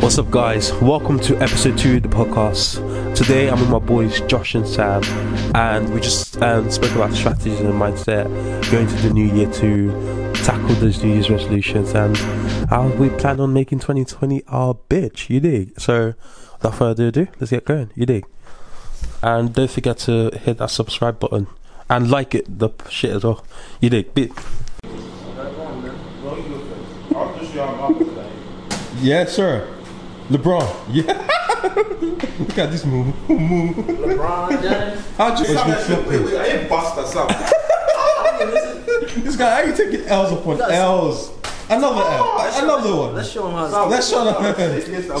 What's up, guys? Welcome to episode two of the podcast. Today, I'm with my boys Josh and Sam, and we just um, spoke about strategies and mindset going to the new year to tackle those New Year's resolutions and how we plan on making 2020 our bitch. You dig? So, without further ado, let's get going. You dig? And don't forget to hit that subscribe button and like it, the p- shit as well. You dig? Bit. Yeah, sir. LeBron. Yeah. Look at this move. move. LeBron James. How'd you Sam, wait, wait, wait, I ain't bastard, Sam. This guy, how you taking L's upon That's- L's? Another L. Another one. Oh, Let's show him how. Sam, Let's shut up.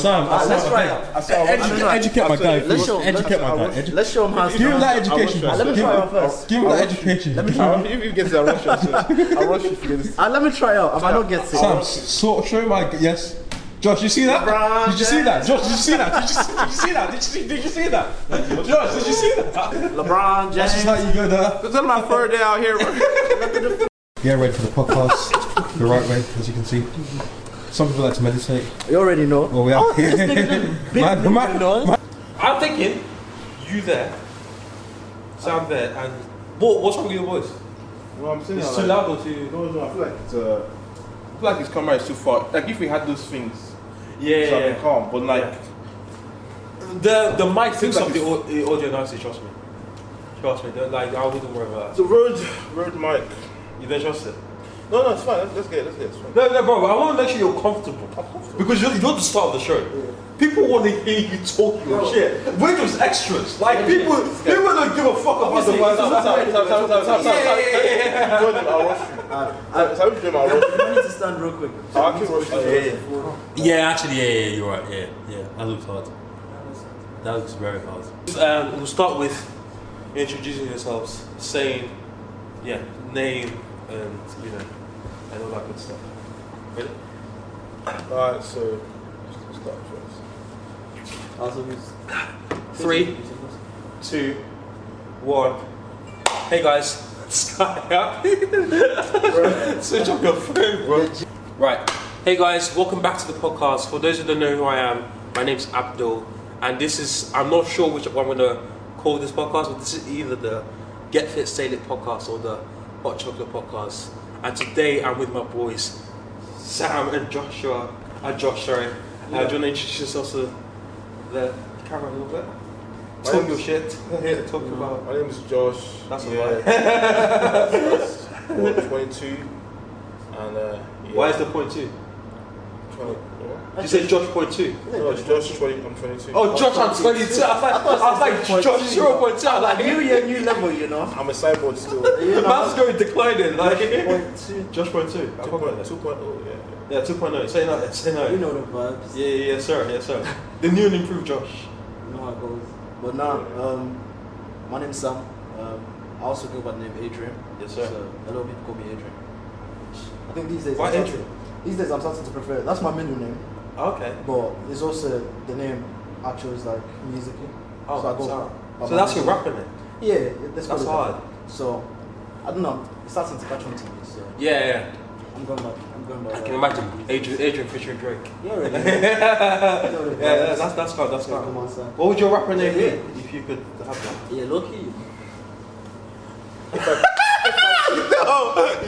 Sam, Sam, I I saw- let's try it. I saw- I Educate, saw- educate my I'm guy. sorry, first. let's show- let's- Educate my guy. I was- Edu- Let's show him how. Give him that education. I was- first. Let me Give try him- out first. Give him that education. Let me try I out. want- If you get it, I rush you. so I rush you if you get this. Ah, let me try out. If I don't get it, Sam, so, show my yes. Josh, you see that? LeBron did you see James. that? Josh, did you see that? Did you see, did you see that? Did you see, did you see that? Josh, did you see that? LeBron That's just how James. you go there. This is my third day out here. Get ready for the podcast the right way, as you can see. Some people like to meditate. You already know. Well, we Oh, are. this nigga Man, big man, noise. man. I'm thinking you there, Sam there, and what, what's wrong with your voice? Well, I'm saying It's I too like- loud or too. No, no, I feel like it's, uh, I feel like his camera is too far. Like if we had those things, Yeah, it would have been calm. But like, The the mic picks Seems like up the, au- the audio nicely. Trust me. Trust me. Don't, like I wouldn't worry about the road, road mic. that. You don't trust it. No, no, it's fine. Let's, let's get, it, let's get. It. It's fine. No, no, bro. I want to make sure you're comfortable comfortable. because you're, you're the start of the show. People want to hear you talk your shit. We're just extras. Like people, people don't give a fuck about the words. Sam, Sam, Sam, Sam, Sam, Sam, Sam, Yeah, yeah, yeah, yeah. Sam. Join him, I'll rush you. Sam, Sam, join him, I'll rush you. You need to stand real quick. I'll keep rushing you. Yeah, actually, yeah, yeah, you're right. Yeah, yeah, that looks hard. That looks very hard. Um, we'll start with introducing yourselves, saying, yeah, name, and you know, and all that good stuff. Ready? Alright, so let's start first. Three, two, one. Hey guys, Sky up. Switch off your phone, bro. Right. Hey guys, welcome back to the podcast. For those who don't know who I am, my name's Abdul, and this is I'm not sure which one I'm gonna call this podcast, but this is either the Get Fit Stay Lit podcast or the Hot Chocolate podcast. And today I'm with my boys, Sam and Joshua. Uh, Josh, sorry. Uh, do you want to introduce yourselves to the camera a little bit? My Talk name's- your shit. Mm. Yeah, talk about. My name is Josh. That's a yeah. lie. That's- I'm 22, and uh, yeah. Why is the point two? 20? You said Josh point two. No, it's Josh 20. I'm 22. Oh, Josh, I'm 22. I was like, I was like Josh 0.2. I'm like, New year, new level, you know. I'm a cyborg still. You Man's know. going declining. Like, Point two. Josh point two. I can't remember. 2.0. oh, Yeah. yeah. Yeah, 2.0. Say no. Say You no. know the vibes. Yeah, yeah, yeah, sir. Yes, sir. The new and improved Josh. You know how it goes. But now, um, my name's Sam. Um, I also go by the name Adrian. Yes, sir. So a lot of people call me Adrian. I think these days. Why I'm starting- Adrian? These days I'm starting to prefer. That's my middle name. Okay. But it's also the name I chose like musically. Oh, I go so, by so my that's your music. rapper name. Yeah, that's, That's hard. So I don't know. It's starting to catch on to me. So Yeah, yeah. I'm going back. I'm going back. I can imagine Adrian, Adrian featuring Drake. You already. know. You yeah, already know. yeah, that's that's hard. That's Okay, come hard. on, sir. What would your rapper name be if you could have that? Yeah, lucky. Yo,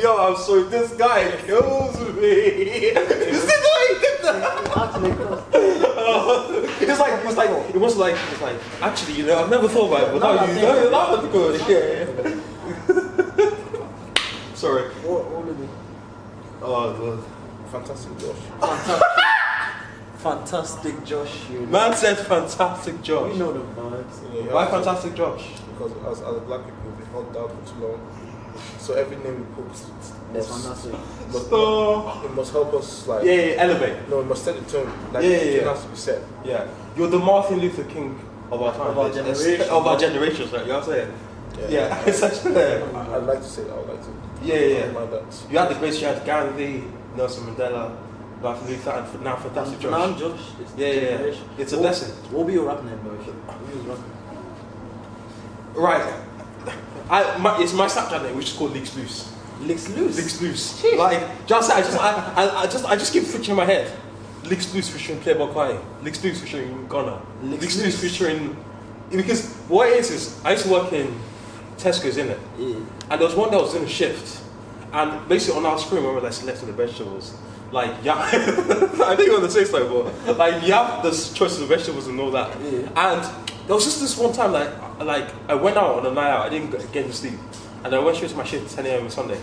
yo, I'm sorry. This guy kills me. this is how he did that. Actually, close. It's like, it's like, it was like, it's like. Actually, you know, I've never thought about it, but No, now I you think- know, that was good. Yeah. sorry. all, all of it. Oh, God. Fantastic, Josh. Fantastic. Fantastic Josh, you know. man said fantastic You Josh. know the vibes. Yeah, Why yeah. fantastic Josh? Because as, as black people, we've been held down for too long. So every name we put It's must, fantastic. must, So, it must help us like. yeah, yeah, elevate. No, it must set the tone. Like Yeah, yeah, it yeah. has to be set. Yeah, you're the Martin Luther King of our time, Of our generation. of our generation. Right? You know what I'm saying? Yeah, it's actually there. I, I'd like to say that. I'd like to. Yeah, yeah, I yeah. don't mind that. You had the greats, you had Gandhi, Nelson Mandela, Martin Luther, and f- now Fantastic Now Josh. I'm Josh. It's the Yeah, yeah, yeah. generation. It's a What- blessing. What will be your rap name, bro? What will be your rap name? Right. I, my, it's my Snapchat name, which is called Leaks Loose. Licks Loose. Leaks Loose. Like, just I just I, I, I just I just keep switching my head. Licks Loose featuring Playboy Kwai, Licks Loose featuring Ghana, Licks Licks Loose. Loose featuring. Because what it is is, I used to work in Tesco's, innit? And there was one that was in a shift. And basically on our screen, when we were like selecting the vegetables, like yeah, I think on the same side, but like yeah, there's choices of vegetables and all that. And there was just this one time, like I- like I went out on a night out, I didn't get- get to sleep, and I went straight to my shift 10 a.m. on Sunday.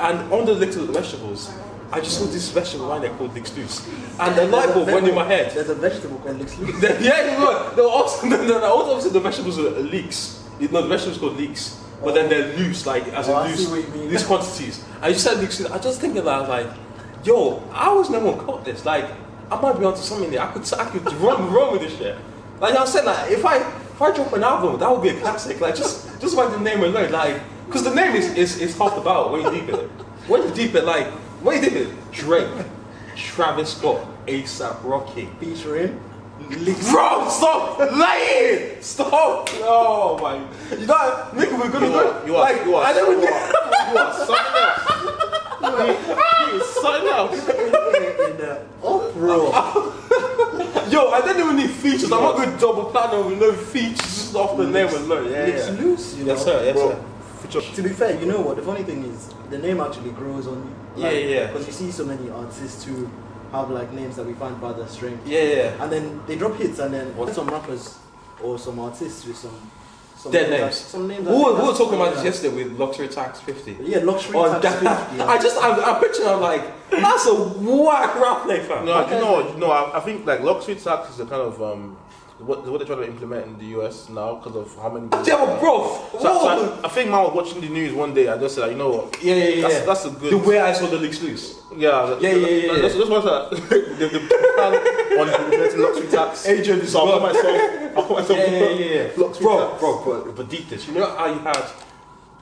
And on the list of the vegetables, I just saw this vegetable line there called Dick's Deuce. And the light bulb went in my head. There's a vegetable called Licks Loose. The- yeah, you know, the also, the, the, also obviously the vegetables are leeks. You know, the vegetables called leeks, but then they're loose, like as Oh, I in see what loose, you mean. loose quantities. I just said leeks. I just thinking that I was like, yo, I was never gonna caught this. Like, I might be onto something there. I could, I could run, run with this shit. Like I said, like if I, if I drop an album, that would be a classic. Like just, just by the name alone, like, because the name is, is, is half the battle when you deep it. When you deep it, like, when you deep it, Drake, Travis Scott, ASAP Rocky. Featuring. Bro, stop lying! Stop! Oh my! You know, Nick, we're gonna go. you are- like, you are- I don't even. You are something else. You sign up. in the Oh, uproar. Yo, I don't even need features. I'm not gonna double platinum with no features just off the name alone. Yeah, Licks yeah. Loose, you know. Yes, sir. Yes, Bro. sir. Feature. To be fair, you know what? The funny thing is, the name actually grows on you. Yeah, yeah, yeah. Because you see so many artists who have like names that we find rather strange. Yeah, yeah. And then they drop hits, and then some rappers or some artists with some. some Dead that- names. some names We that- were, we were talking about this Yeah. yesterday with luxury tax fifty. Yeah, luxury. On tax that, fifty, yeah. I just, I'm, I'm picturing. I'm like, that's a whack rap name, fam. No, you know, what, you know. I, I think like luxury tax is a kind of um, what what they're trying to implement in the US now because of how many. Yeah, but bro, So, whoa. so I, I think man was watching the news one day. I just said, like, you know what? yeah, yeah, yeah. That's, that's a good. the way I saw the leaks loose. yeah, that- Yeah, yeah, yeah, yeah. That's, that's what I said. the, the plan on implementing luxury tax. Agent is So I gone. put myself. I put myself. yeah, yeah, yeah, yeah. Luxury bro, tax. bro, bro, but deep this. You know how you had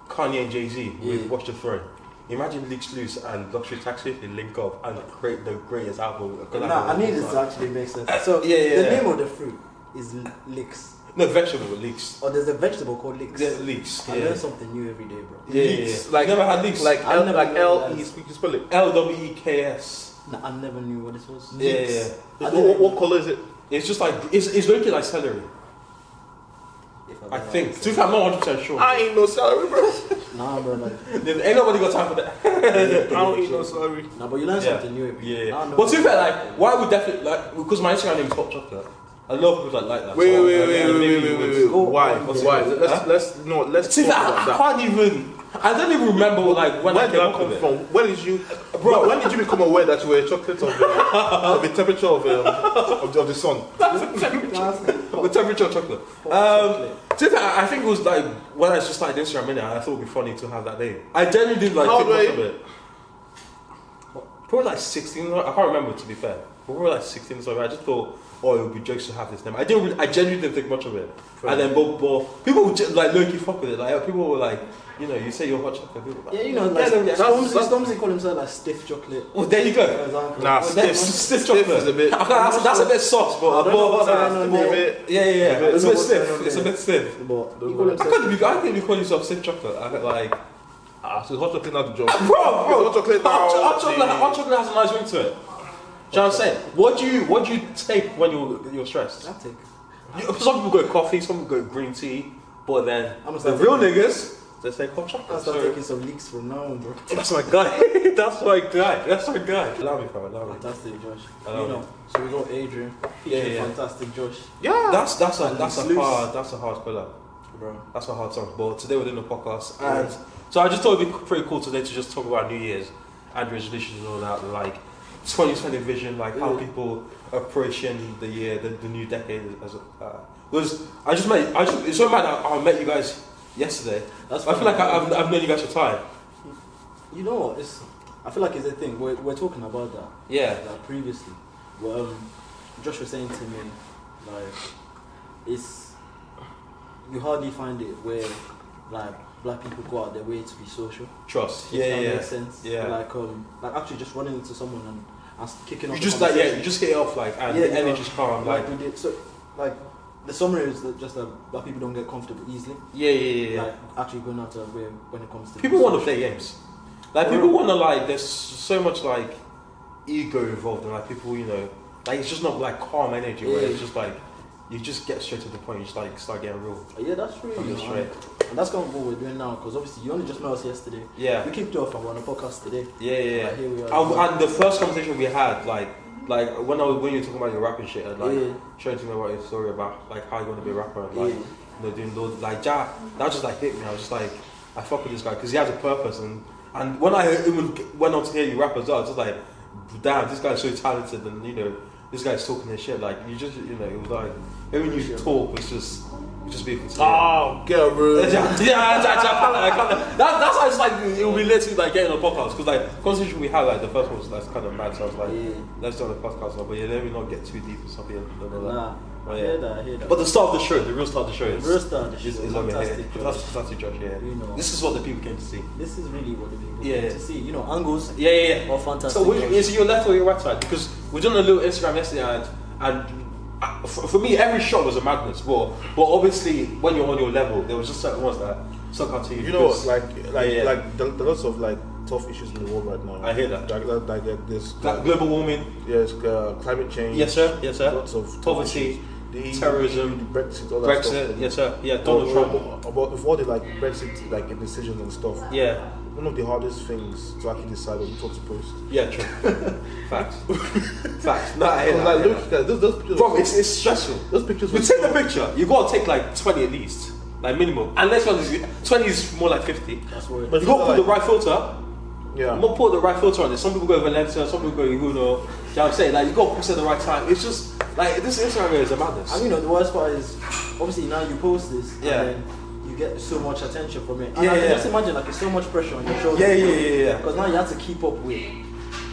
Kanye and Jay Z with Yeah. Watch the Throne? Imagine Leaks Loose and Luxury Taxi they link up and create the greatest album. No, I need this to actually make sense. So yeah, yeah, the yeah. name of the fruit is l- licks, No, vegetable leaks. or there's a vegetable called licks. Yeah, leaks. I Yeah. learn something new every day, bro. Yeah, yeah, Leaks, yeah. like- Like, never had leaks. Like I L, never like realized. L E. Speak, you spell it. L W E K S. Nah, I never knew what this was. Yeah, yeah, Licks. What, I what, didn't- what color is it? It's just like it's it's looking like celery. If I don't think. know. To be fair, I'm not 100 percent sure. I ain't no salary, bro. Nah, bro. Like, Ain't nobody got time for that. I don't eat no salary. nah, but you learn Yeah. something new every Yeah. day. Now I know But to be what- fair, like, why would definitely like because my Instagram name is Hot Chocolate. A lot of people don't like that. Wait, So, wait, uh, wait, wait, maybe wait, wait, it's- wait, wait. Go Why? on, yeah. Why? Oh, Huh? Let's let's no. Let's See, talk I, about I that. can't even. I don't even remember like when I Where came did up that with come it. from? Where did you, bro? When did you become aware that you were a chocolate of, uh, of the temperature of, um, of, the, of the sun? The temperature of chocolate. Um, to be fair, I I think it was like when I just started Instagram, innit, I thought it'd be funny to have that name. I genuinely didn't like How think old were much of you? it. Probably like 16. I can't remember to be fair. But Probably like 16 or something. I just thought, oh, it would be jokes to have this name. I didn't. Really, I genuinely didn't think much of it. And then, but, but people would ge- like low-key fuck with it. Like people were like, you know, you say you're hot chocolate. People were like, Yeah, you know, like no, yeah. Stormzy, that's- Stormzy called himself like stiff chocolate. Well, there you go. For example. Nah, Well, stiff- that- stiff stiff chocolate. is a bit- I can't- that's, that's a bit soft, but, I don't know but- what's going on Nah, there. it's yeah, yeah, yeah. It's a bit- I don't know bit what's going stiff. on It's a there. bit stiff. But Don't he called worry. I himself. can't. Be, I think you call yourself stiff chocolate. I think like, Ah, so it's hot chocolate not the job. bro, bro. Hot chocolate now. Hot, cho- hot the- chocolate, hot chocolate has a nice ring to it. Do you know what I'm saying? What do you what do you take when you're you're stressed? I'll take. You- some people go with coffee, some people go with green tea, but then I'm gonna the start real taking- niggas they say hot I'll chocolate. start So, taking some leaks from now on, bro. that's my guy. that's my guy. That's my guy. Allow me, fam. Allow me. Fantastic, Josh. You Hello. know, so we got Adrian. Yeah, Featuring yeah. Fantastic, Josh. Yeah. That's that's a that's It's a loose. hard that's a hard collab. Bro. That's a hard song. But today we're doing a podcast, and so I just thought it'd be pretty cool today to just talk about New Year's and resolutions and all that, like 2020 vision, like how Yeah. people approaching the year, the, the new decade. As because I just met, I just it's so mad that I met you guys yesterday. That's I feel like I, funny. I've, I've known you guys for time. You know what? It's, I feel like it's a thing. We're, we're talking about that. Yeah, Like previously, well, um, Josh was saying to me, like, it's you hardly find it where like black people go out their way to be social. trust. if Yeah, that yeah. makes sense. Yeah. Like um, like actually just running into someone and, and kicking off. You a just like yeah, you conversation. just hit it off like, and Yeah, the you know, energy's calm. Like like we did. So like the summary is that just that black people don't get comfortable easily. yeah, yeah, yeah. yeah. Like actually going out of their way when it comes to People want to play games. Like For people real. want to like. There's so much like ego involved, and like people, you know, Like it's just not like calm energy where Yeah. it's just like you just get straight to the point. You just like start getting real. Yeah, that's really Fucking nice. straight. And that's kind of what we're doing now because obviously you only just met us yesterday. Yeah, We kicked off and we're on a podcast today. yeah, yeah. yeah. Like, here we are. And, and the first conversation we had, like, like when I was, when you were talking about your rapping shit, and, like Yeah. trying to know about your story about like how you want to be a rapper, and, yeah. like you know doing loads, like ja, that just like hit me. I was just like, I fuck with this guy because he has a purpose, and and when I even went on to hear you rap as well, I was just like, damn, this guy's so talented, and you know this guy's talking his shit. Like you just you know it was like even you talk was just was just being sincere. Oh, get rude. yeah, yeah, yeah, yeah, I can't, lie, I can't. lie. That, that's how it's like it will be literally like getting a podcast because like conversation we had like the first one was like kind of mad, so I was like, Yeah. let's do a podcast, but yeah, let me not get too deep or something. blah, blah, blah. Nah, Oh, I yeah. hear that, I hear that. But the start of the show, the real start of the show the is real star of the show is, is is over here. fantastic. That's fantastic, Josh. Yeah, You know. this is what the people came to see. This is really what the people Yeah. want to see. You know, angles Yeah, yeah, yeah. are fantastic. So which, is it your left or your right side? Because we done a little Instagram yesterday, and, and uh, for, for me, every shot was a madness. But but obviously, when you're on your level, there was just certain ones that stuck out to you. You know, because- like, like, Yeah, yeah. like, there, there are lots of like tough issues in the world right now. I hear that. Like, like, like, like this. Like global warming, yes, uh, climate change. Yes, sir. Yes, sir. Lots of tough Poverty, issues. The terrorism, EU, the Brexit, all that stuff. Brexit, yes sir, yeah, Or- Donald Trump, or- About if all the like Brexit like indecisions and stuff. yeah, One of the hardest things to actually decide on what to post. yeah, true, facts, facts. No, I hear Because, that, I like, hear look, that. guys, those, those pictures. Bro, it's, it's stressful. those pictures. We were take so- the picture. You gotta take like twenty at least, like minimum. Unless one is twenty is more like fifty. That's what But You gotta put the like- right filter. Yeah. I'm gonna put the right filter on it. Some people go Valencia, some people go Uno. You know what I'm saying? Like you gotta post at the right time. It's just like this Instagram is a madness. And you know, the worst part is obviously now you post this Yeah. and then you get so much attention from it. And Yeah, I can yeah. just imagine like it's so much pressure on your shoulders. Yeah, yeah, yeah, yeah. Because now you have to keep up with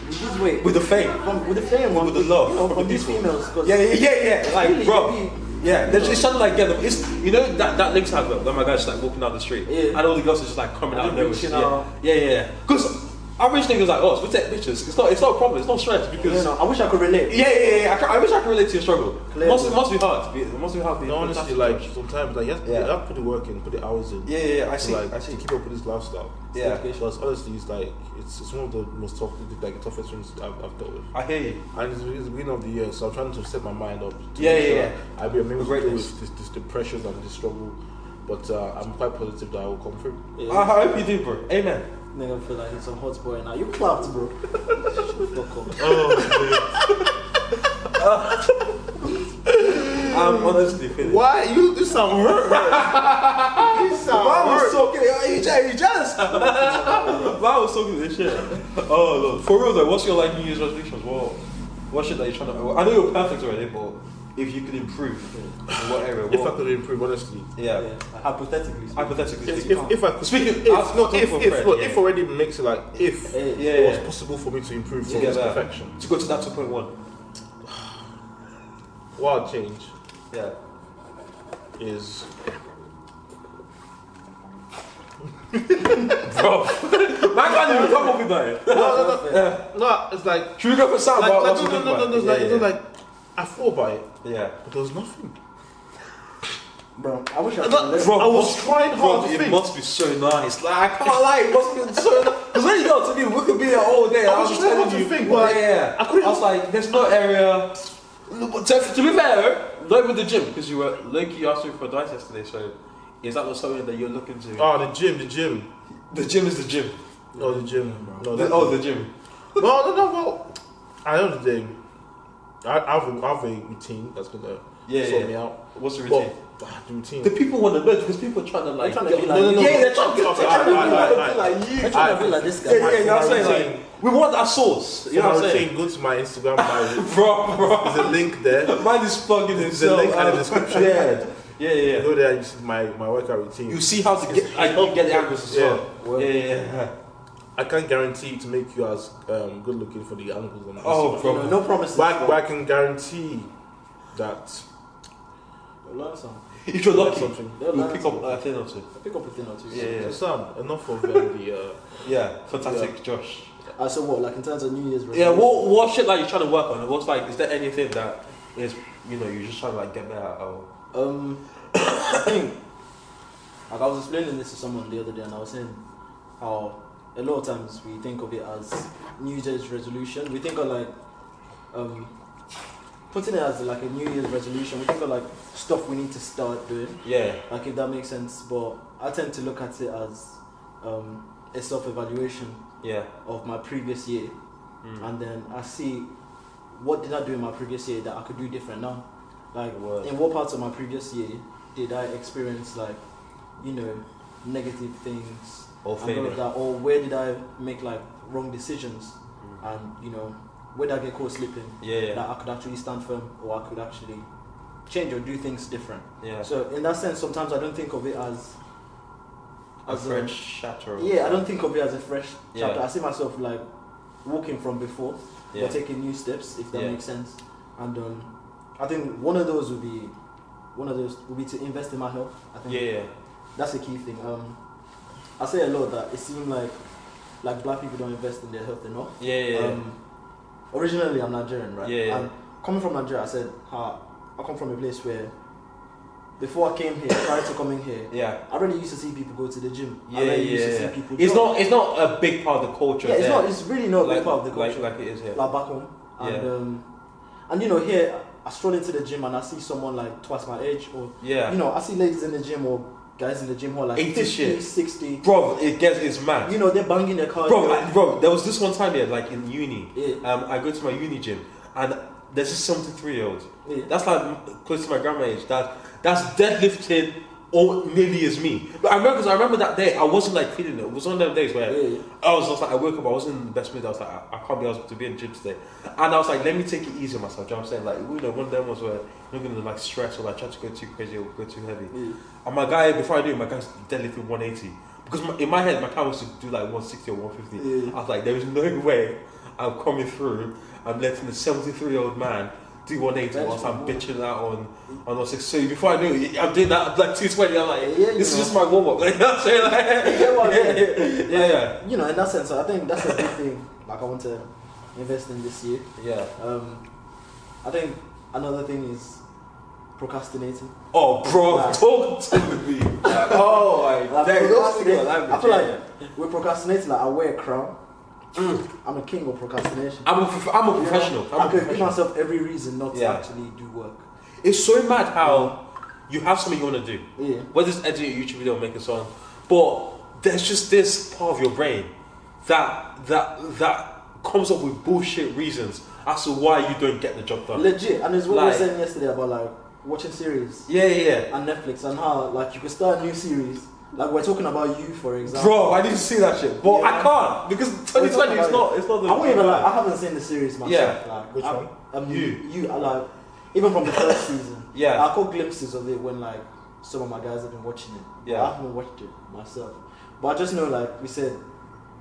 with this weight. with the fame. from, with the fame, With the love you know, from from, the these people. females. 'cause- Yeah, yeah, yeah, yeah. Like, Really, bro. you- Yeah, there's, it's something like, yeah, the- it's, you know that, that Lynx advert when my guy's just like walking down the street Yeah. and all the girls are just like coming out of They're nowhere. reaching Yeah. out. yeah, yeah, yeah. Because average niggas like us, we take pictures. It's not, it's not a problem, it's not stress You because. know, I wish I could relate. Yeah, yeah, yeah. I, can, I wish I could relate to your struggle. It Clearly. must, it must be hard. to be- It must be hard. to be- No, honestly, like sometimes like you have, to, Yeah. you have to put the work in, put the hours in. Yeah, yeah, yeah. I to, see. Like, I see. to keep up with this lifestyle. Yeah. Because honestly, it's like it's, it's one of the most tough, like toughest things I've, I've dealt with. I hear you. And it's, it's the beginning of the year, so I'm trying to set my mind up. To Yeah, make yeah, sure yeah. I'll be able to deal Greatness. with this, this, the pressures and the struggle, but uh, I'm quite positive that I will come through. I, I hope you do, bro. Amen. Nigga feel like it's a hot boy now. You clapped, bro. Fuck off. I'm honestly feeling. Why you? You sound hurt. right? you sound Why was hurt. talking? Are you jealous? You jealous? Why was talking this shit? Oh look, for real though. What's your like New Year's resolutions? What, what shit that you're trying to? I know you're perfect already, but if you could improve in what area? if what- I could improve, honestly. yeah. Yeah, Hypothetically. speaking. Hypothetically If, speaking. if, if I could, Speaking- if, I've no, talked if, for if, Fred, look, yeah. if already makes it like if Eh, yeah, it was yeah. possible for me to improve To from get this there. perfection. to go to that 2.1. Wild change Yeah. is Bro, man can't even come up with that. no, no, no, no. It's like Should we go for sound? like, What- like no, what you no, no, think no, about no, it? it's like, Yeah, it's not like I thought about it, yeah. but there was nothing. Bro, I wish I I, could thought- relate. Bro, I was must- trying Bro, hard to it think. must be so nice. Like I can't lie, it must be so nice. Because when you got to me, we could be here all day. I I was was just trying telling to you. think, but yeah, I couldn't- was like, there's no area. No, but To, to be fair, not with the gym because you were Loki asked me for advice yesterday. So is that not something that you're looking to? Oh, the gym, the gym. the gym is the gym. No, the gym. No, The- that's- oh, the gym. no, no, no. Well, I know the gym. I, I have a, I have a routine that's gonna Yeah, sort yeah. me out. What's the routine? But ah, the routine. the people want to know because people are trying to like. trying to get- be like you. yeah, they're trying to Okay, they're alright, trying to alright, be like- alright, alright. like you. I'm trying to be like this guy. Yeah, yeah, you know what I'm saying? routine. Like, we want that source. You know For what my I'm routine, saying? go to my Instagram bio. Bro, bro. There's a link there. Mine is plugging There's a himself. link in the out. description. Yeah, yeah, yeah. yeah. Go there and you see my, my workout routine. You see how to get, I you get the angles as well. Yeah, yeah, yeah. I can't guarantee to make you as um, good looking for the angles on Oh, Instagram. You know, bro. no promises. But I, bro. but I can guarantee that Learn some. If you're lucky, something. you'll pick up a thing or two. Pick up a thing or two. Yeah, yeah. Sam, enough of um, the. Uh, Yeah, fantastic, Josh. Uh, so what, like in terms of New Year's Yeah, resolution? what what shit like you're trying to work on? What's like? Is there anything that is you know you're just trying to like get better at? Or... Um, I think, like I was explaining this to someone the other day, and I was saying how a lot of times we think of it as New Year's resolution. We think of like, um, putting it as like a New Year's resolution. We think of like stuff we need to start doing, Yeah. like if that makes sense. But I tend to look at it as um, a self-evaluation Yeah. of my previous year, Mm. and then I see what did I do in my previous year that I could do different now. Like Word. in what parts of my previous year did I experience like you know negative things Or and all failure. of that, or where did I make like wrong decisions, Mm. and you know where did I get caught slipping Yeah, yeah. that I could actually stand firm or I could actually change or do things different. Yeah. So in that sense, sometimes I don't think of it as a as a- French shatter. yeah, I don't think of it as a fresh Yeah. chapter. I see myself like walking from before, Yeah. but taking new steps, if that Yeah. makes sense. And um, I think one of those would be one of those would be to invest in my health. I think Yeah, yeah. that's a key thing. Um, I say a lot that it seems like like black people don't invest in their health enough. Yeah, yeah, yeah. Um, originally, I'm Nigerian, right? Yeah, yeah. And coming from Nigeria, I said, ha, I come from a place where before I came here, prior to coming here, yeah. I really used to see people go to the gym. Yeah, I yeah, really used to yeah. see people. It's jog. not. It's not a big part of the culture. Yeah, it's there. not. It's really not like, a big part of the culture. Like, like it is here. Like back home, and Yeah. um, and you know here, I stroll into the gym and I see someone like twice my age, or yeah. you know, I see ladies in the gym or guys in the gym who are like Ain't this 50, shit? 60. bro, it gets it's mad. You know, they're banging their car. bro, I, bro, there was this one time here, like in uni. Yeah. Um, I go to my uni gym, and there's this 73 year old. Yeah. That's like m- close to my grandma age. That that's deadlifting or nearly as me. But I remember, 'cause I remember that day. I wasn't like feeling it. It was one of them days where Yeah. I was just like, I woke up, I was in the best mood. I was like, I, I can't be asked to be in the gym today. And I was like, let me take it easy on myself. Do you know what I'm saying? Like, you know, one of them was where I'm not gonna like stress or like try to go too crazy or go too heavy. Yeah. And my guy, before I do, it, my guy's deadlifting 180. Because my, in my head, my plan was to do like 160 or 150. Yeah. I was like, there is no way I'm coming through. I'm letting a 73 year old man do 180 whilst I'm bitching out on on 160. So before I do, it, I'm doing that I'm like 220. I'm like, Yeah, you this is know. just my warm up. Like, you know what I'm saying? Like, get what I yeah, mean? yeah, yeah, yeah. You know, in that sense, I think that's a big thing. Like I want to invest in this year. Yeah. Um, I think another thing is procrastinating. Oh, bro, Nah. talk to me. oh, my Like, days. procrastinate- Language, I feel yeah, like yeah. Mm. we're procrastinating. Like I wear a crown. I'm a king of procrastination. I'm a, prof- I'm a professional. Yeah. I'm I a could give professional. myself every reason not Yeah. to actually do work. It's so mad how you have something you want to do, Yeah. whether it's editing a YouTube video or making a song, but there's just this part of your brain that that that comes up with bullshit reasons as to why you don't get the job done. Legit. And it's what we Like- were saying yesterday about like watching series yeah, yeah, and Netflix and how like you could start a new series. Like we're talking about you for yeah. example. Bro, I need to see that shit, but I Yeah. can't because 2020 is not. It's not the. I won't even like I haven't seen the series myself. Yeah. Like, Which I, one? Um, You. you. You I like even from the first season. Yeah. I caught glimpses of it when like some of my guys have been watching it. Yeah. I haven't watched it myself. But I just know like we said,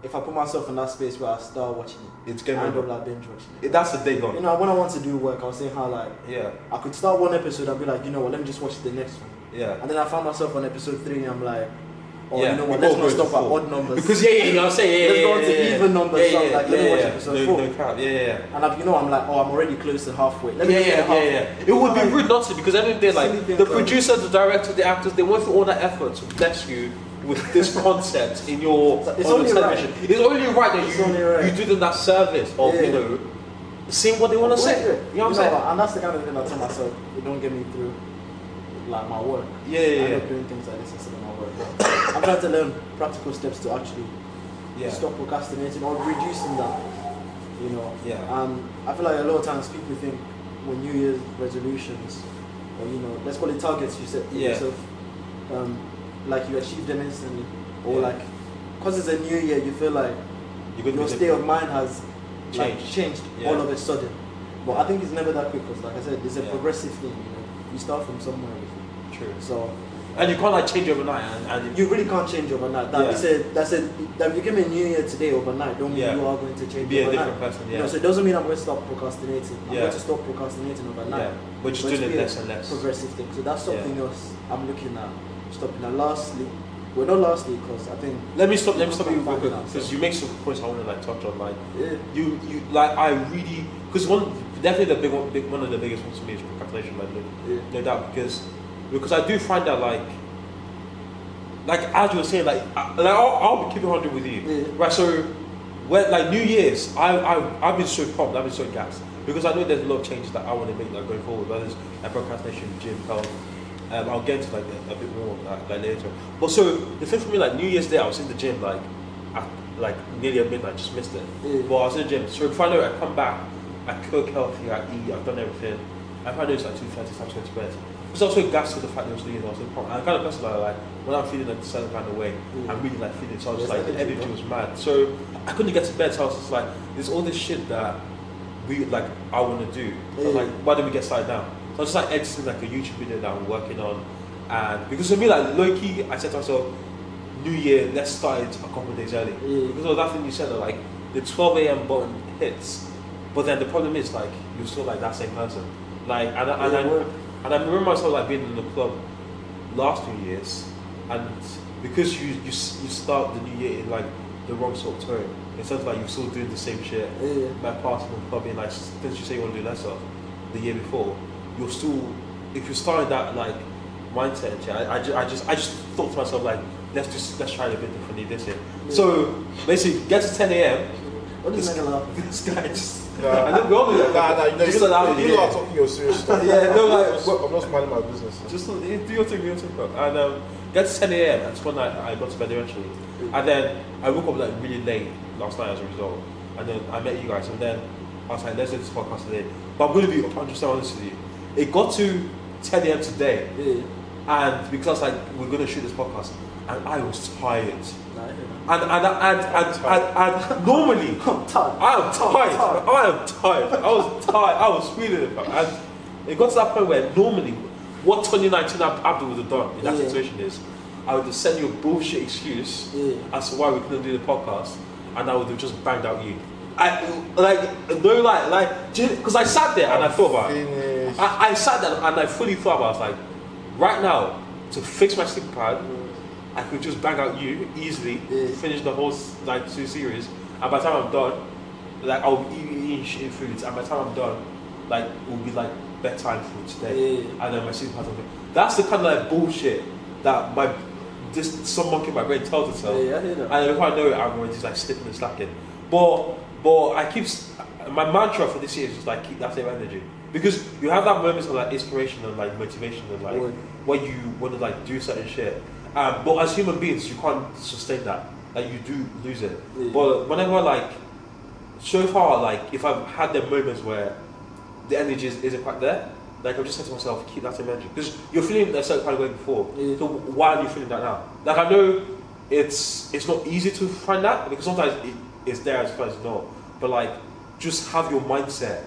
if I put myself in that space where I start watching it, It's I getting end up over. like binge watching it. That's the day You gone. know, when I want to do work, I was saying how like Yeah, I could start one episode, I'd be like, you know what, let me just watch the next one. yeah. And then I found myself on episode three, and I'm like, oh, Yeah, you know what, we've let's got not to go stop to at four. odd numbers. Because yeah, yeah, you know what I'm saying. Yeah, Let's yeah, go on to yeah, yeah. even numbers, Yeah, so I'm yeah, like, let me yeah, watch yeah. episode no, four. No cap. Yeah, yeah. yeah. and I've, you know, I'm like, oh, I'm already close to halfway. Let me Yeah, just get yeah, yeah, halfway. yeah. It would be rude not to because every day, like Silly thing, the bro. producer, the director, the actors, they went through all that effort to bless you with this concept in your It's on only the television. It's only right that It's you only right. you do them that service of you Yeah. know seeing what they want to say. Yeah. You know what I'm saying? And that's the kind of thing I tell myself, it don't get me through like my work. Yeah, yeah, I end yeah. up doing things like this instead of my work. I'm trying to learn practical steps to actually Yeah. stop procrastinating or reducing that. You know. Yeah. And Um, I feel like a lot of times people think when New Year's resolutions or you know, let's call it targets you set for Yeah. yourself, um, like you achieve them instantly, or Yeah. like because it's a new year, you feel like You're gonna your be state different. of mind has like, Changed. changed Yeah. all of a sudden. But I think it's never that quick because, like I said, it's a Yeah. progressive thing. You know, you start from somewhere. with True. it. So And you can't like change overnight. And, and you really can't change overnight. That Yeah. is a that's a that became a new year today overnight. Don't mean Yeah. you are going to change Be a overnight. different person, You yeah. know, so it doesn't mean I'm going to stop procrastinating. I'm Yeah. going to stop procrastinating overnight. Yeah. We're just But doing it's it a less and less. Progressive thing. So that's Yeah. something else I'm looking at stopping. And lastly, well, not lastly, because I think let me stop. Let me stop you real Back quick now, so- because you make some points I want to like touch on. Like yeah, you you like I really because one definitely the big one big, one of the biggest ones for me is procrastination like no, Yeah. no doubt because because I do find that like like as you were saying like, I, like I'll, I'll keep it hundred with you Yeah. right so where like New Year's I I I've been so pumped I've been so gassed Because I know there's a lot of changes that I want to make like going forward, whether it's like procrastination, gym, health. Um, I'll get into like a, a bit more of that like, later. But so the thing for me, like New Year's Day, I was in the gym like at, like nearly at midnight, just missed it. Yeah. But I was in the gym. So if I know it, I come back, I cook healthy, I eat, I've done everything. And If I know it's like two thirty, I'm going to bed. It's also gassed to the fact that it was New Year's. I was like, I'm kind of person like, like when I'm feeling like a certain kind of way, Mm. I'm really like feeling so I was Yes, like the energy, energy bro. was mad. So I couldn't get to bed. So I was just like, there's all this shit that we like I want to do. So I was Yeah. like, why don't we get started now? So I was just like editing like a YouTube video that I'm working on, and because for me like low key, I said to myself, New Year, let's start it a couple of days early. Yeah. Because of that thing you said, that, like the 12 a.m. button hits, but then the problem is like you're still like that same person. Like and I, and, Yeah, I, word. and I remember myself like being in the club last few years, and because you you, s- you start the new year in like the wrong sort of tone. It sounds like you're still doing the same shit. Yeah. My party and clubbing, like since you say you want to do less of the year before, you're still if you're starting that like mindset. and shit, I, I, ju- I just I just thought to myself like let's just let's try it a bit differently this year. Yeah. So basically, get to 10 a.m. Only This- eh. men allowed. This guy just Nah. and then we all do that. Nah, nah, you know, Just you, allow you it, lot yeah. are talking your serious stuff. Yeah, no, like, I'm just- I'm just minding my business. Just do your thing, do your thing, bro. And um, that's 10 a.m. That's when I, I got to bed eventually. And then I woke up like really late last night as a result. And then I met you guys, and then I was like, let's do this podcast today. But I'm going to be 100% honest with you. It got to 10 a.m. today, Yeah. and because like we're going to shoot this podcast, and I was tired. Nah, I hear that. And and and and, and, and normally I'm tired. I am tired. tired. I am tired. I was tired. I was feeling it. fam. And it got to that point where normally, what 2019 Ab- Abdul would have done in that Yeah. situation is, I would have sent you a bullshit excuse Yeah. as to why we couldn't do the podcast, and I would have just banged out you. I like no like like because I sat there and I thought about. it. Finish. I, I sat there and I fully thought about. it. I was like, right now, to fix my sleeping pad, I could just bang out you easily, Yeah. finish the whole s- like two series, and by the time I'm done, like I'll be eating, eating shit foods, and by the time I'm done, like it will be like bedtime food Eh, today, Yeah. and then my sleeping pattern. That's the kind of like bullshit that my this some monkey in my brain tells itself. Yeah, I hear that. And if I know it, I'm already just like slipping and slacking. But but I keep s- my mantra for this year is just like keep that same energy because you have that moments of like inspiration and like motivation and like Word. where you want to like do certain shit. Um, but as human beings, you can't sustain that. Like you do lose it. Yeah. But whenever like so far, like if I've had the moments where the energy is, isn't quite there. Like I've just said to myself, keep that energy because you're feeling a certain kind of way before. Yeah. So why are you feeling that now? Like I know it's it's not easy to find that because sometimes it, it's there as far as not. But like just have your mindset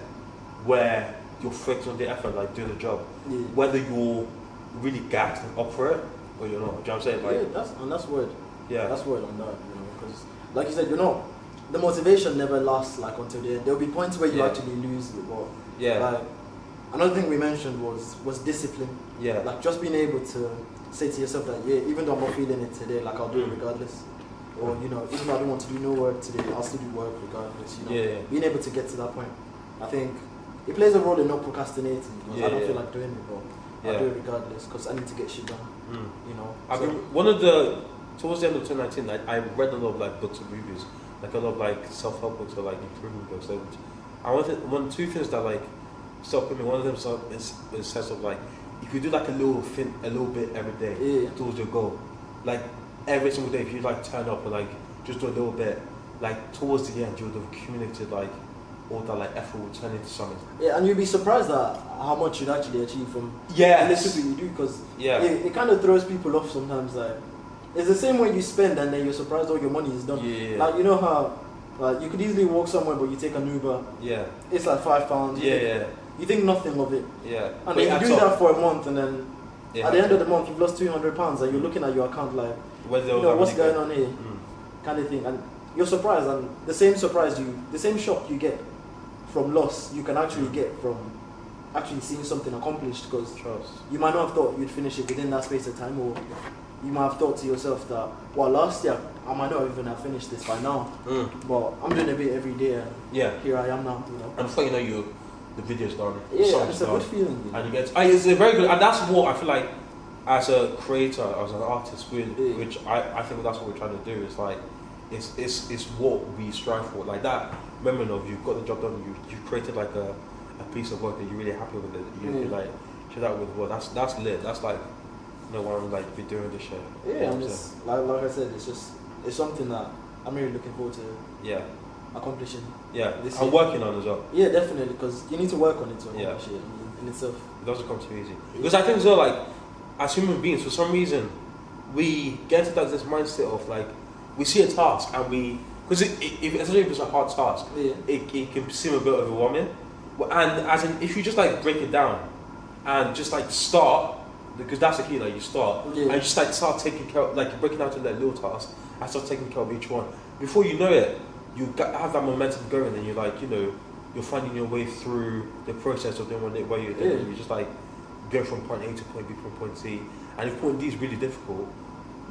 where you're focused on the effort, like doing the job, Yeah. whether you're really gassed and up for it or you're not. Do you know what I'm saying? Yeah, Like, that's and that's word. Yeah. that's word on that. You know, because like you said, you know, the motivation never lasts like until the end. There'll be points where you Yeah. actually lose it, but yeah, like another thing we mentioned was was discipline. yeah, Like just being able to say to yourself that yeah, even though I'm not feeling it today, like I'll do it Mm. regardless. Or you know, even though I don't want to do no work today, I'll still do work regardless. You know, Yeah, yeah. being able to get to that point, I think it plays a role in not procrastinating. 'cause Yeah, I don't yeah. feel like doing it, but Yeah. I'll do it regardless because I need to get shit done. Mm. You know, I So- mean, one of the towards the end of 2019, I, I read a lot of like books and reviews, like a lot of like self-help books or like improvement books. And I wanted one two things that like stuck with me. One of them is, is, is sense of like if you do like a little thing, a little bit every day Yeah. towards your goal, like every single day, if you like turn up and like just do a little bit, like towards the end, you would have accumulated like all that like effort will turn into something. Yeah, and you'd be surprised at how much you'd actually achieve from Yeah, the little bit you do because Yeah. it, it kind of throws people off sometimes. Like it's the same way you spend and then you're surprised all your money is done. Yeah. Like you know how like you could easily walk somewhere but you take an Uber, yeah, it's like five pounds. yeah, yeah, You think nothing of it, yeah. and But it then adds you do up. that for a month, and then It at the adds end of up. the month you've lost two hundred pounds, and you're looking at your account like, Where's the you other know, what's money going on here, Mm. kind of thing, and you're surprised, and the same surprise you, the same shock you get from loss, you can actually get from actually seeing something accomplished because Trust. you might not have thought you'd finish it within that space of time, or you might have thought to yourself that, well, last year I might not even have finished this by now, Mm. but I'm doing a bit every day, and Yeah. here I am now. You know? And before you know you, the video's done. the Yeah, song's it's a done, good feeling. You know? And you get, I, it's a very good, and that's what I feel like as a creator, as an artist, we, Yeah. which I, I think that's what we're trying to do. Is like, it's, it's, it's what we strive for. Like that moment of you've got the job done, you you created like a, a piece of work that you're really happy with, that you, you're like share that with the world. That's that's lit. That's like you know why I'm like be doing this shit. You know Yeah, what and I'm it's, like, like I said, it's just it's something that I'm really looking forward to saying? yeah, accomplishing. yeah. This I'm year. working on it as well. Yeah, definitely, because you need to work on it to Yeah. accomplish it in, in itself. It doesn't come too easy. Because I think as well, like, as human beings, for some reason, we get into like, this mindset of like, we see a task and we, because it, it, if- especially if it's a hard task, Yeah, it, it can seem a bit overwhelming. Well, And as in, if you just like break it down and just like start, because that's the key, like you start, Yeah. and you just like start taking care, of, like breaking down to like little tasks and start taking care of each one. Before you know it, you g- have that momentum going and you're like, you know, you're finding your way through the process of doing what, they- what you're doing. Yeah. You're just like going from point A to point B from point C. And if point D is really difficult,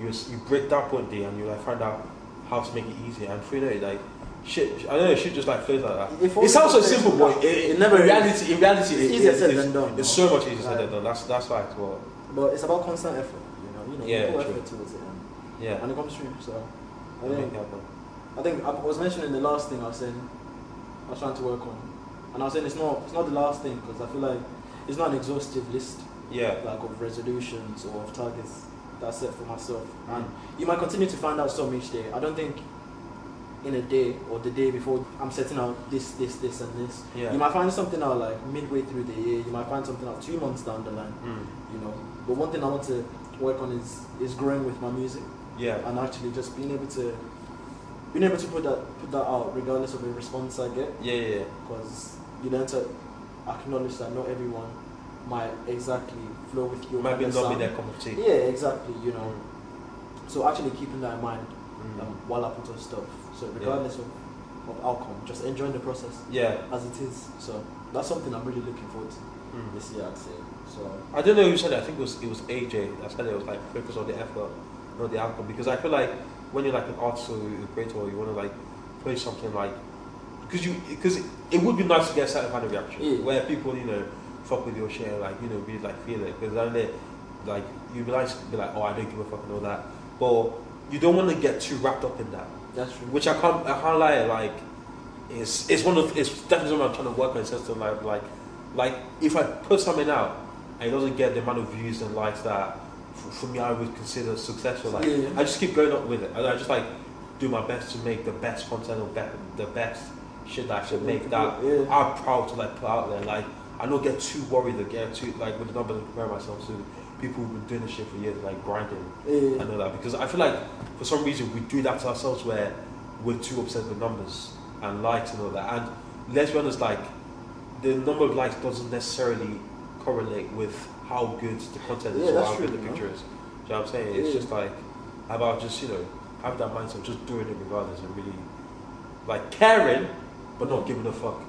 you, s- you break down point D and you like find out how to make it easier. And for you know, it, like, shit, I don't know, shit just like flows like that. If It sounds so only- simple, but it, it never. In is. reality, in reality, It's it- easier it- said it's- than done, It's no? so much easier said than Right. done. That's that's facts. Well, but it's about constant effort. You know, you know, Yeah, you put true. effort towards it, and, yeah. and it comes through. So, I I think think that one. I think I was mentioning the last thing I was saying. I was trying to work on, and I was saying it's not it's not the last thing because I feel like it's not an exhaustive list Yeah, like of resolutions or of targets that I set for myself. And Mm. you might continue to find out some each day. I don't think in a day or the day before I'm setting out this, this, this, and this. yeah. You might find something out like midway through the year. You might find something out two months down the line. Mm. You know. But one thing I want to work on is is growing with my music Yeah, and actually just being able to being able to put that put that out regardless of the response I get yeah, yeah, yeah. because you learn to acknowledge that not everyone might exactly flow with you. You might be and not be sound. their cup of tea. Yeah, exactly. You know, so actually keeping that in mind Mm. um, while I put on stuff. So regardless of, of outcome, just enjoying the process Yeah. as it is. So that's something I'm really looking forward to Mm. this year. I'd say. So I don't know who said it. I think it was it was AJ. that said it was like focus on the effort, not the outcome. Because I feel like when you're like an artist or a creator, you want to like push something like because you because it would be nice to get a certain kind of reaction Yeah. where people you know fuck with your shit and like you know really like feel it because down there like you'd be like be like oh I don't give a fuck and all that, but you don't want to get too wrapped up in that that's true. which I can't I can't lie like it's it's one of it's definitely something I'm trying to work on in terms of like like like if I put something out and it doesn't get the amount of views and likes that for, for me I would consider successful like Yeah. I just keep going up with it and I just like do my best to make the best content or be- the best shit that I should make that Yeah. I'm proud to like put out there like I don't get too worried that get too like with the numbers and compare myself to people who've been doing this shit for years like grinding I Yeah. know that because I feel like for some reason we do that to ourselves where we're too obsessed with numbers and likes and all that. And let's be honest, like the number of likes doesn't necessarily correlate with how good the content is Yeah, or that's how good true, the you know. picture is. Do you know what I'm saying? It's Yeah. just like about just, you know, have that mindset of just doing it regardless and really like caring but not giving a fuck,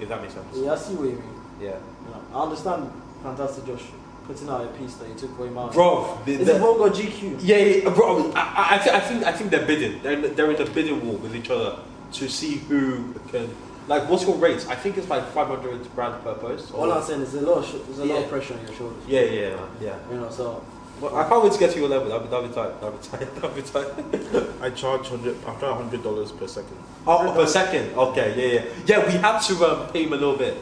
if that makes sense. Yeah, I see what you mean. Yeah. You know, I understand. Fantastic, Josh, putting out a piece that you took for him out. Bro, the, Is the- it Vogue or GQ? Yeah, yeah, bro. I, I, I, thi- I think I think they're bidding. They're in, they're in the bidding war with each other to see who can. Like, what's your rate? I think it's like five hundred brand per post. or- All I'm saying is there's a lot. Of sh- there's a lot Yeah. of pressure on your shoulders. yeah, yeah, man, yeah. You know, so But I can't wait to get to your level. That'll be that'll be tight. That'll be tight. That'll be tight. I charge hundred. I charge hundred dollars per second. Oh, per second. Okay, yeah, yeah, yeah. We had to um, pay him a little bit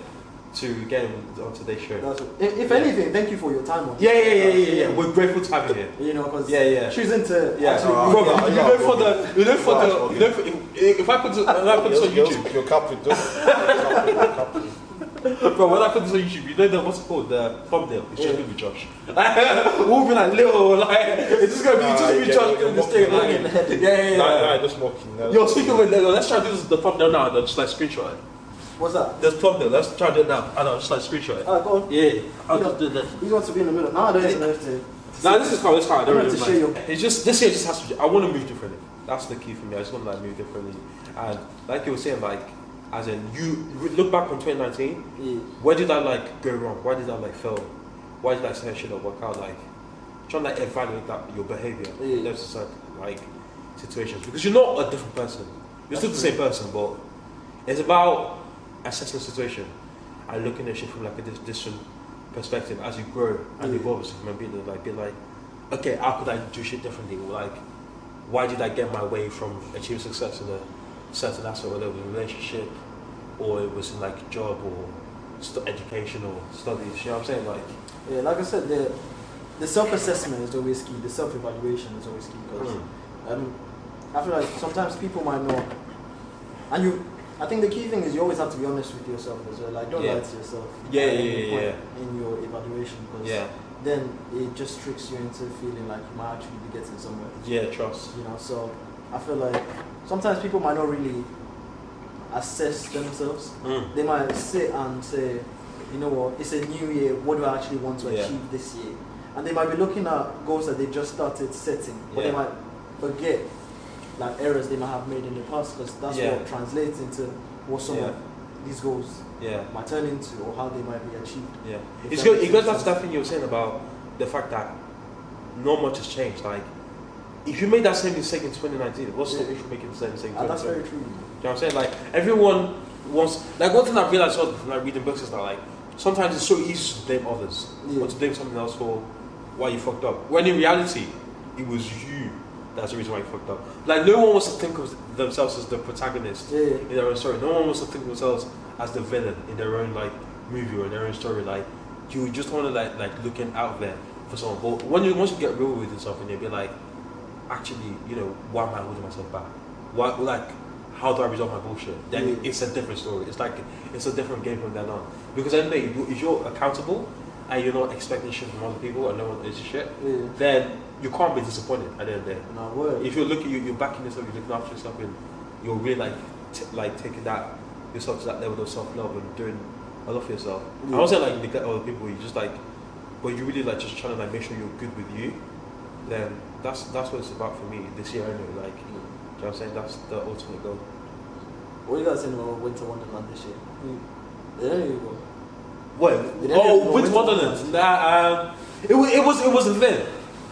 to get him on today's show. that's if, if anything, thank you for your time. on Yeah, yeah, yeah, yeah, yeah. this. We're grateful to have you here. You know, because Yeah, yeah. choosing to Yeah, actually uh, bro, yeah, you yeah, know for okay. the, you know for Right, the, you know for, if, if I put this, if I put this on YouTube, You're capping. Don't. You're capping. Bro, when I put this on YouTube, you know the what's it called the thumbnail. It's just Yeah. gonna be Josh. we'll be like little, like it's just gonna be Nah, just gonna be yeah, Josh yeah, doing this yeah, thing. yeah, Like, yeah, yeah, yeah. Nah, nah, just walking. Nah, Yo, speaking of Lego, let's try this the thumbnail now. And I'll just like screenshot it. what's that? There's thumbnail. Let's try it now, and I'll just like screenshot it. Oh, go on. Yeah, I'll just do that. You want to be in the middle? No, I don't even have to. Nah, this is how it's how I don't I want really to show you. mind. It's just this year just has to. I want to move differently. That's the key for me. I just want to like move differently, and like you were saying, like as in you you look back on 2019. Yeah. Where did I like go wrong? Why did I like fail? Why did I say I should have worked out? Like trying to like, evaluate that your behavior Yeah. in those certain like situations because you're not a different person. You're still the same person, but it's about assessing the situation and looking at shit from like a dis- different perspective as you grow and Yeah. evolve as a human being. and, Like being like, okay, how could I do shit differently? Or like, why did I get my way from achieving success in a certain aspect, whether it was relationship or it was in like job or st- education or studies. You know what I'm saying? Like, Yeah, like I said, the the self assessment is always key. The self evaluation is always key because Hmm. um, I feel like sometimes people might not, and you. I think the key thing is you always have to be honest with yourself as well. Like don't Yeah. lie to yourself. Yeah, at yeah, any yeah, point In your evaluation, because yeah, then it just tricks you into feeling like you might actually be getting somewhere. yeah, trust. You know, so I feel like sometimes people might not really assess themselves Mm. they might sit and say, you know what, it's a new year, what do I actually want to Yeah. achieve this year? And they might be looking at goals that they just started setting, but they Yeah. might forget like errors they might have made in the past because that's Yeah. what translates into what some Yeah. of these goals Yeah, might turn into or how they might be achieved. yeah. If It's that good. makes It goes sense. back to that thing you were saying about the fact that not much has changed. Like, if you made that same mistake in 2019, what's Yeah. stopping you from making the same mistake? in And that's 2020? very Do you true. know what I'm saying? Like everyone wants. Like one thing I realized was from like reading books is that like sometimes it's so easy to blame others Yeah. or to blame something else for why you fucked up. When in reality, it was you that's the reason why you fucked up. Like no one wants to think of themselves as the protagonist Yeah, yeah. in their own story. No one wants to think of themselves as the villain in their own like movie or in their own story. Like you just want to like like looking out there for someone. But when you once you get real with yourself and you be like, actually, you know, why am I holding myself back? Why like how do I resolve my bullshit? Then Yeah. it's a different story. It's like it's a different game from then on. Because I know you- if you're accountable and you're not expecting shit from other people and no one is shit, yeah. then you can't be disappointed at the end of the day No word. if you're looking, you- you're backing yourself, you're looking after yourself, and you're really like, t- like taking that yourself to that level of self love and doing a lot for yourself. I Yeah. don't say like neglect other people. You just like, but you really like just trying to like make sure you're good with you. Then that's that's what it's about for me this year. Anyway, like, do you know what I'm saying? That's the ultimate goal. What you guys saying about Winter Wonderland this year? There you go. Well, Did Hmm. any of you oh, know with Winter Wonderland. Nah, um, it, wa- it was it was a thing.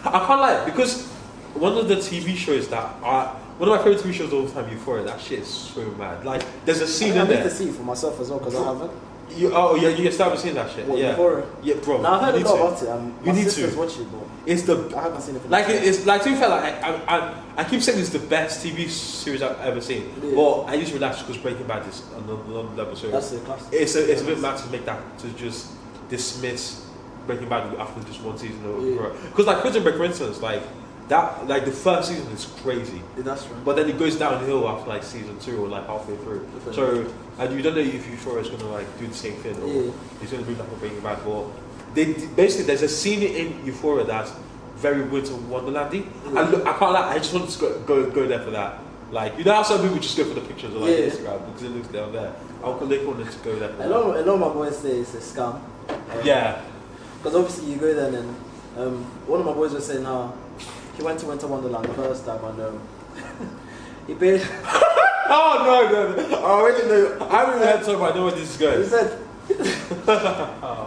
I can't lie because one of the TV shows that I one of my favorite TV shows of all time, Euphoria. That shit is so mad. Like, there's a scene I, I in need to there. see it for myself as well because I haven't. You, oh yeah, you still haven't seen that shit. What, yeah, before? yeah, bro. Now I've heard you a need lot to. about it. Um, You my need to. sister's watching it, but It's the I haven't seen it. like it- it's like to be fair, like I, I, I, I keep saying it's the best TV series I've ever seen. Yeah. But I used to relax because Breaking Bad is another another level series. that's the classic. It's a, it's a bit mad to make that to just dismiss Breaking Bad after just one season Yeah. or because like Prison Break, for instance, like that like the first season is crazy, Yeah, that's right. but then it goes downhill after like season two or like halfway through. Okay. So and you don't know if Euphoria is gonna like do the same thing or Yeah. it's gonna be like a Breaking Bad. But they basically there's a scene in Euphoria that's very Winter Wonderlandy, and look, I can't like I just want to go, go go there for that. Like you know how some people just go for the pictures on like Yeah. Instagram because it looks down there. I'll collect one to go there. For A that. lot, of- a lot of my boys say it's a scam. Yeah. Because obviously you go there and then, um, one of my boys was saying how he went to Winter Wonderland the first time and um, he paid. Oh no no! no. I already know. I already had time. I know where this is He going. said,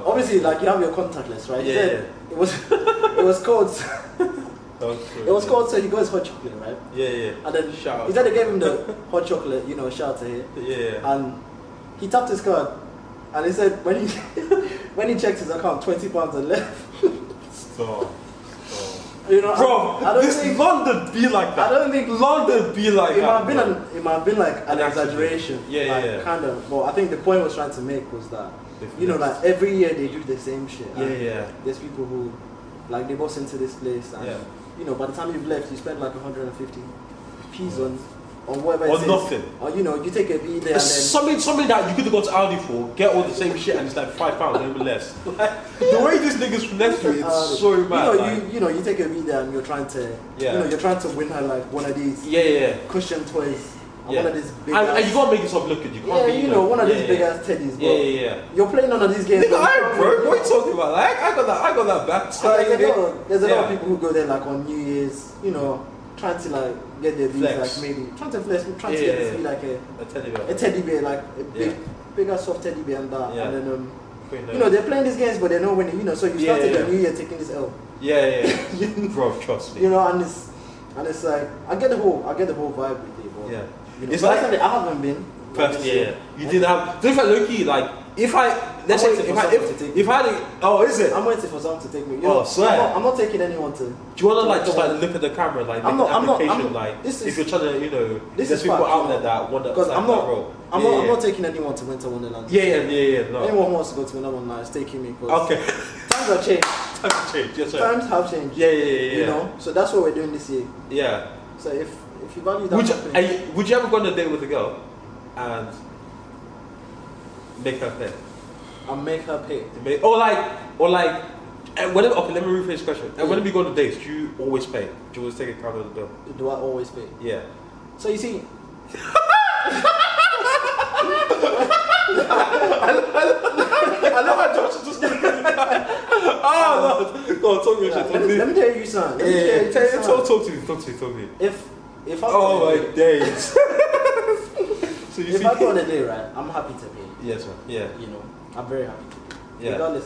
obviously like you have your contact list, right? He Yeah, said It was it was cold. It was cold, so he goes hot chocolate, right? Yeah yeah. And then Shout out. he said they gave him the Ah. hot chocolate, you know, shout out to him. Yeah. and he tapped his card and he said when he when he checked his account 20 pounds are left Stop. Stop. you know I- Bro, I, don't this think London be like I that. don't think London be like it might that. have been an, it might have been like an An accident. exaggeration Yeah, yeah, like, yeah. kind of but I think the point I was trying to make was that They've you know missed. like every year they do the same shit Yeah and yeah. there's people who like they bust into this place and Yeah. you know by the time you've left you spend like 150 p's on on whatever it Or says. nothing. or you know you take a beer there and There's then something, something that you could have gone to Aldi for, get all the same shit, and it's like five pounds, even less. the way this nigga's finessed you, Uh, it's so mad. You know, like- you, you know, you take a meet there and you're trying to, Yeah. you know, you're trying to win her like one of these yeah, yeah, yeah. cushion toys, and Yeah. one of these big. And, ass, and you gotta make yourself look good. You yeah, can't be, you know, one of yeah, these yeah. big ass teddies, bro. Yeah, yeah, yeah. You're playing none of these games. Nigga, I broke. What you talking about? Like, I got that. I got that back. Like, there's a lot, of- there's a lot of Yeah. people who go there like on New Years, you know, trying to like get their views, Flex. like maybe trying to flex, trying to Yeah, get this yeah, be like a, A teddy bear. a teddy bear, like a big, Yeah. bigger soft teddy bear and that, Yeah. and then um, Queen you know Mary. they're playing these games but they're not winning, you know, so you Yeah, started yeah, the yeah. New Year taking this L. yeah, yeah. Bro, trust me. you know, and it's and it's like I get the whole I get the whole vibe with it, but yeah. you know, It's it's like- personally I haven't been. First, yeah, year. yeah. You didn't have. Different Loki, like, If I let's I'm say waiting if for I someone to if, take if I had a, oh is it? I'm waiting for someone to take me. You Oh, know, swear. I'm not, I'm not taking anyone to. Do you want to like just like look at the camera like make I'm not- I'm an not- I'm application not- like this if is- you're trying to you know this there's is people facts, out you there know. that want to Because like, I'm that not. role. I'm yeah, not. I'm yeah. not taking anyone to Winter Wonderland. yeah yeah yeah yeah no Anyone who wants to go to Winter Wonderland is taking me. 'cause okay Times have changed. time to change yes sir Times have changed. yeah yeah yeah yeah You know. So that's what we're doing this year. yeah So if if you value that, would you, company- are you, would you ever go on a date with a girl and make her pay and make her pay. Make- or like or like eh, whenever okay let me rephrase the question And Yeah. whenever you go on dates do you always pay do you always take account of the bill Do I always pay? yeah So you see, I know how Josh is just oh no go on talk me yeah, let, me, let me tell you something. Let me tell you Yeah, something. talk, talk to me, talk to me, talk to me. If if I go on Oh a my date- days. so you if see, I go on a day, right, I'm happy to pay. yes, man. Yeah, You know, I'm very happy. To pay. Yeah. Regardless,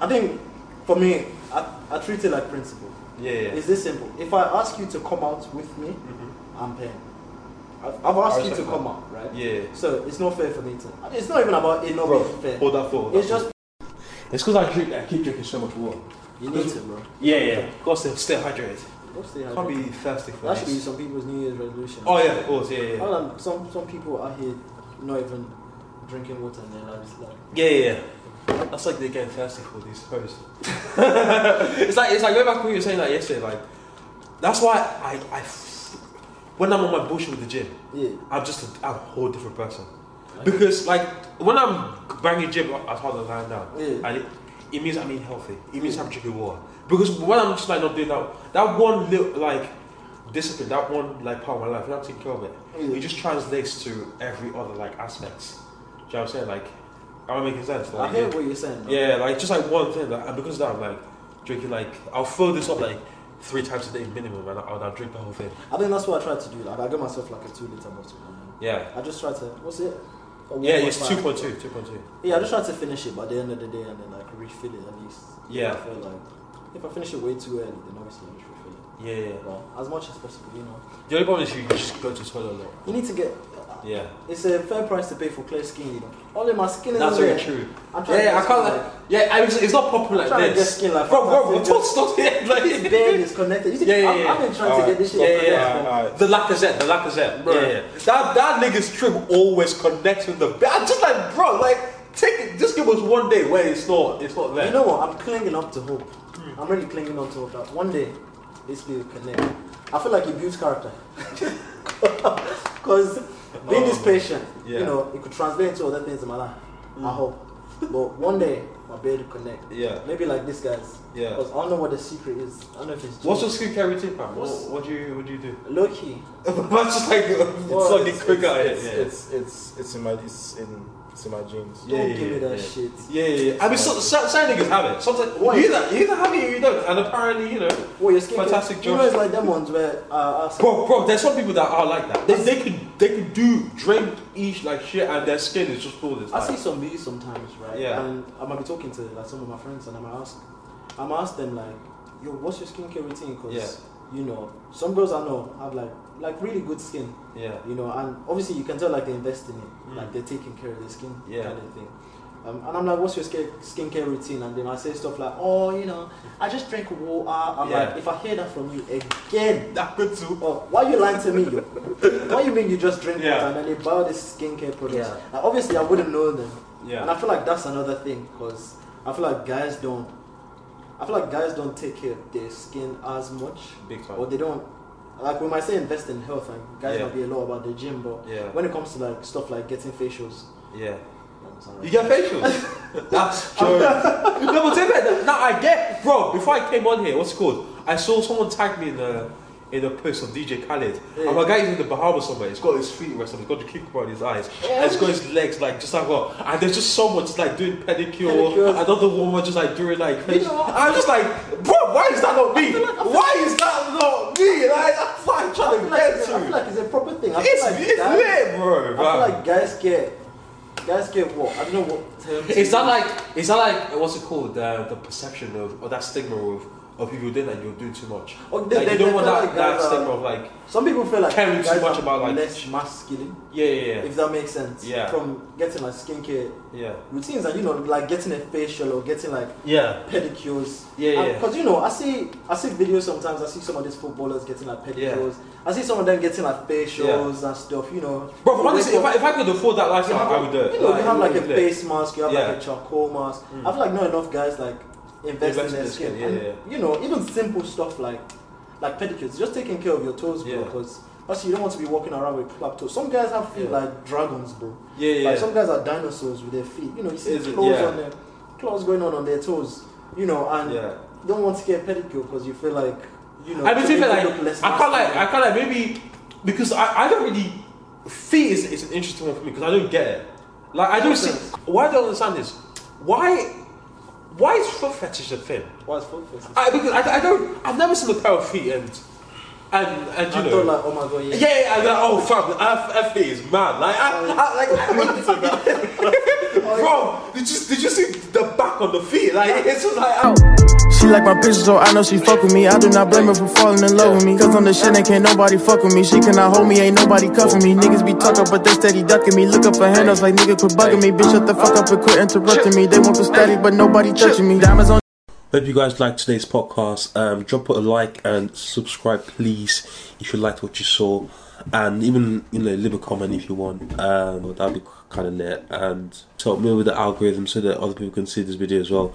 I think for me, I, I treat it like principle. yeah, yeah. It's this simple. If I ask you to come out with me, Mhm. I'm paying. I've, I've asked you to respect come out, right? Yeah. So it's not fair for me to. It's not even about it not Bro, being fair. hold that thought. It's just It's because I, drink, I keep drinking so much water. you need to, bro. Yeah, yeah. Got to stay hydrated. Let's see how can't it- be thirsty for That should be this. some people's New Year's resolution. Oh yeah, of course, yeah, yeah, yeah, Hold on, some some people out here not even drinking water in their lives. Like, yeah, yeah. yeah. That's like they're getting thirsty for these hoes. it's like it's like going back to what you were saying like yesterday. Like that's why I, I f- when I'm on my bullshit with the gym, yeah, I'm just a, I'm a whole different person. Because like when I'm banging gym as hard as I am now, Yeah. and it, it means I'm eating healthy. It means I'm drinking water. Because when I'm just like not doing that, that one little like discipline, that one like part of my life, when I'm taking care of it, Yeah. it just translates to every other like aspects. Do you know what I'm saying? Like, am I making sense? I Like, hear what you're saying. man. yeah, like just like one thing, like, and because of that I'm like drinking like I'll fill this up like three times a day minimum, and I'll, I'll drink the whole thing. I think that's what I try to do. Like, I get myself like a two liter bottle. man. Yeah, I just try to. What's it? A yeah, it's 1.5. 2.2, 2.2. Yeah, I just try to finish it by the end of the day and then like refill it at least. Yeah. I feel like if I finish it way too early, then obviously I just refill it. Yeah, yeah. But as much as possible, you know. The only problem is you just go to the toilet a lot. You need to get. Yeah, It's a fair price to pay for clear skin, you know. Only my skin is that's there. very true. I'm trying to Yeah, get I can't. skin, Like, yeah, I mean, it's not popular I'm like trying to get this. skin like. Bro, bro, bro, fantastic. don't stop here. Like, It's dead, it's connected. You see, Yeah, yeah, I've, yeah. I've been trying to get this shit. Yeah, yeah, connected. yeah. The Lacazette, the Lacazette, bro. Yeah, yeah. That that nigga's trip always connects with the. I'm just like, bro, like, take it. Just give us one day where it's not, it's not there. You know what? I'm clinging up to hope. I'm really clinging on to hope that one day this place will connect. I feel like it builds character. Because being this patient, Oh, Yeah. Hmm. you know, it could translate into other things in my life. I hope. But one day, my bed will connect. Yeah. Maybe like this guy's. Yeah. Because I don't know what the secret is. I don't know if it's. What's your just skincare routine, fam? What, What's- what do you what do you do? low key? That's just like it's Well, like it's- quick out here. it's, yeah. it's, it's, it's in my, it's in, it's in my genes. Yeah, don't yeah, give me yeah, that yeah. shit. Yeah, yeah, yeah. I mean, so, so, some niggas have it. Sometimes you Why? either, you either have it or you don't. And apparently, you know, Well, your skin. Fantastic You know, Josh. it's like them ones where uh, I ask bro, bro. There's some people that are like that. They, they could, they could do drink, eat like shit, and their skin is just full. This I like, see some views sometimes, right? Yeah. And I might be talking to like some of my friends, and I might ask, I might ask them like, "Yo, what's your skincare routine?" Because Yeah. you know, some girls I know have like like really good skin, yeah, you know, and obviously you can tell like they invest in it, Mm. like they're taking care of their skin, Yeah. kind of thing. Um, and I'm like, "What's your skin skincare routine?" And they might say stuff like, "Oh, you know, I just drink water." I'm Yeah. like, if I hear that from you again. that good too. Oh, why you lying to me? Yo? why you mean you just drink Yeah. water and then they buy all these skincare products? Yeah. Now, obviously, I wouldn't know them. Yeah. And I feel like that's another thing because I feel like guys don't. I feel like guys don't take care of their skin as much, Big or they don't. Like we might say invest in health, and guys Yeah. might be a lot about the gym, but Yeah. when it comes to like stuff like getting facials, Yeah. I'm You sorry. get facials. That's true. no, but take that. Now I get, bro. Before I came on here, what's it called? I saw someone tag me in the in a post of DJ Khaled. Yeah. And my guy is in the Bahamas somewhere. He's got his feet resting. He's got the kick on his eyes. And he's got his legs like just like what? And there's just someone just like doing pedicure. Pedicures. Another woman just like doing like. You know- I'm just like, bro. Why is that not me? Why is that not me? Like that's what I'm I trying to feel, like, get it's- I feel to. like it's a proper thing. I feel It's like it's guys, lit, bro. I bro. feel like guys get guys get what I don't know what term. to Is that use. uh, like is that like what's it called the the perception of or that stigma of of people doing that, you're doing too much. Oh, Like, they- they- you don't they want feel that, like that guys are- stigma of like, Some people feel like Caring too guys much are about, like- less masculine, yeah, yeah, yeah, if that makes sense. Yeah. From getting like skincare yeah, routines and you know like getting a facial or getting like yeah, pedicures. yeah, yeah. Because you know, I see I see videos sometimes. I see some of these footballers getting like pedicures. I see some of them getting like facials and stuff. You know, Bro, They honestly, go- if I, if I could afford that you lifestyle, have I would do it. You know, you have like a really. face mask. You have Yeah. like a charcoal mask. Mm. I feel like not enough guys like invest in Invest their skin. yeah, And, yeah. You know, even simple stuff like like pedicures, just taking care of your toes, bro. Yeah. Because also you don't want to be walking around with club toes. Some guys have feet Yeah. like dragons, bro. Yeah, yeah. Like some guys are dinosaurs with their feet. You know, you see Is it- claws yeah. on their claws going on on their toes. You know, and Yeah. you don't want to get a pedicure because you feel like you know. I mean, you think that, like, look less I can't like, I masculine. can't like, maybe because I, I don't really feet is it's an interesting one for me because I don't get it. Like, I don't see why I don't understand this. Why, why is foot fetish a thing? Why is folk faces? I because I, I don't I've never seen a pair of feet and and and you I know. thought like, oh my god, yeah. yeah, yeah, I was like, oh fuck, F, F is mad. Like, I, Oh, I, like, bro, did you, did you see the back on the feet? Like, it's just like, ow. She like my pictures, so I know she fuck with me. I do not blame her for falling in love with me. Cause I'm the shit and can't nobody fuck with me. She cannot hold me, ain't nobody cuffing me. Niggas be talking, but they steady ducking me. Look up for handles like nigga quit bugging me. Bitch, shut the fuck up and quit interrupting me. They want the static, but nobody touching me. Diamonds on Hope you guys liked today's podcast. Um, drop a like and subscribe, please, if you liked what you saw, and even you know leave a comment if you want. Um, that'd be kind of lit. And to help me with the algorithm so that other people can see this video as well.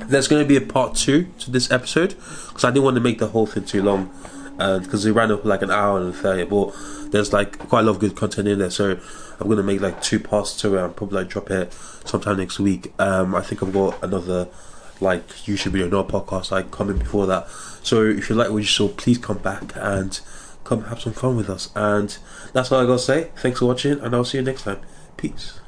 There's going to be a part two to this episode because I didn't want to make the whole thing too long because we ran up like an hour and thirty. But there's like quite a lot of good content in there, so I'm going to make like two parts to it. i probably like drop it sometime next week. Um, I think I've got another like YouTube video, not a podcast, like coming before that. So if you like what you saw, please come back and come have some fun with us. And that's all I gotta say. Thanks for watching, and I'll see you next time. Peace.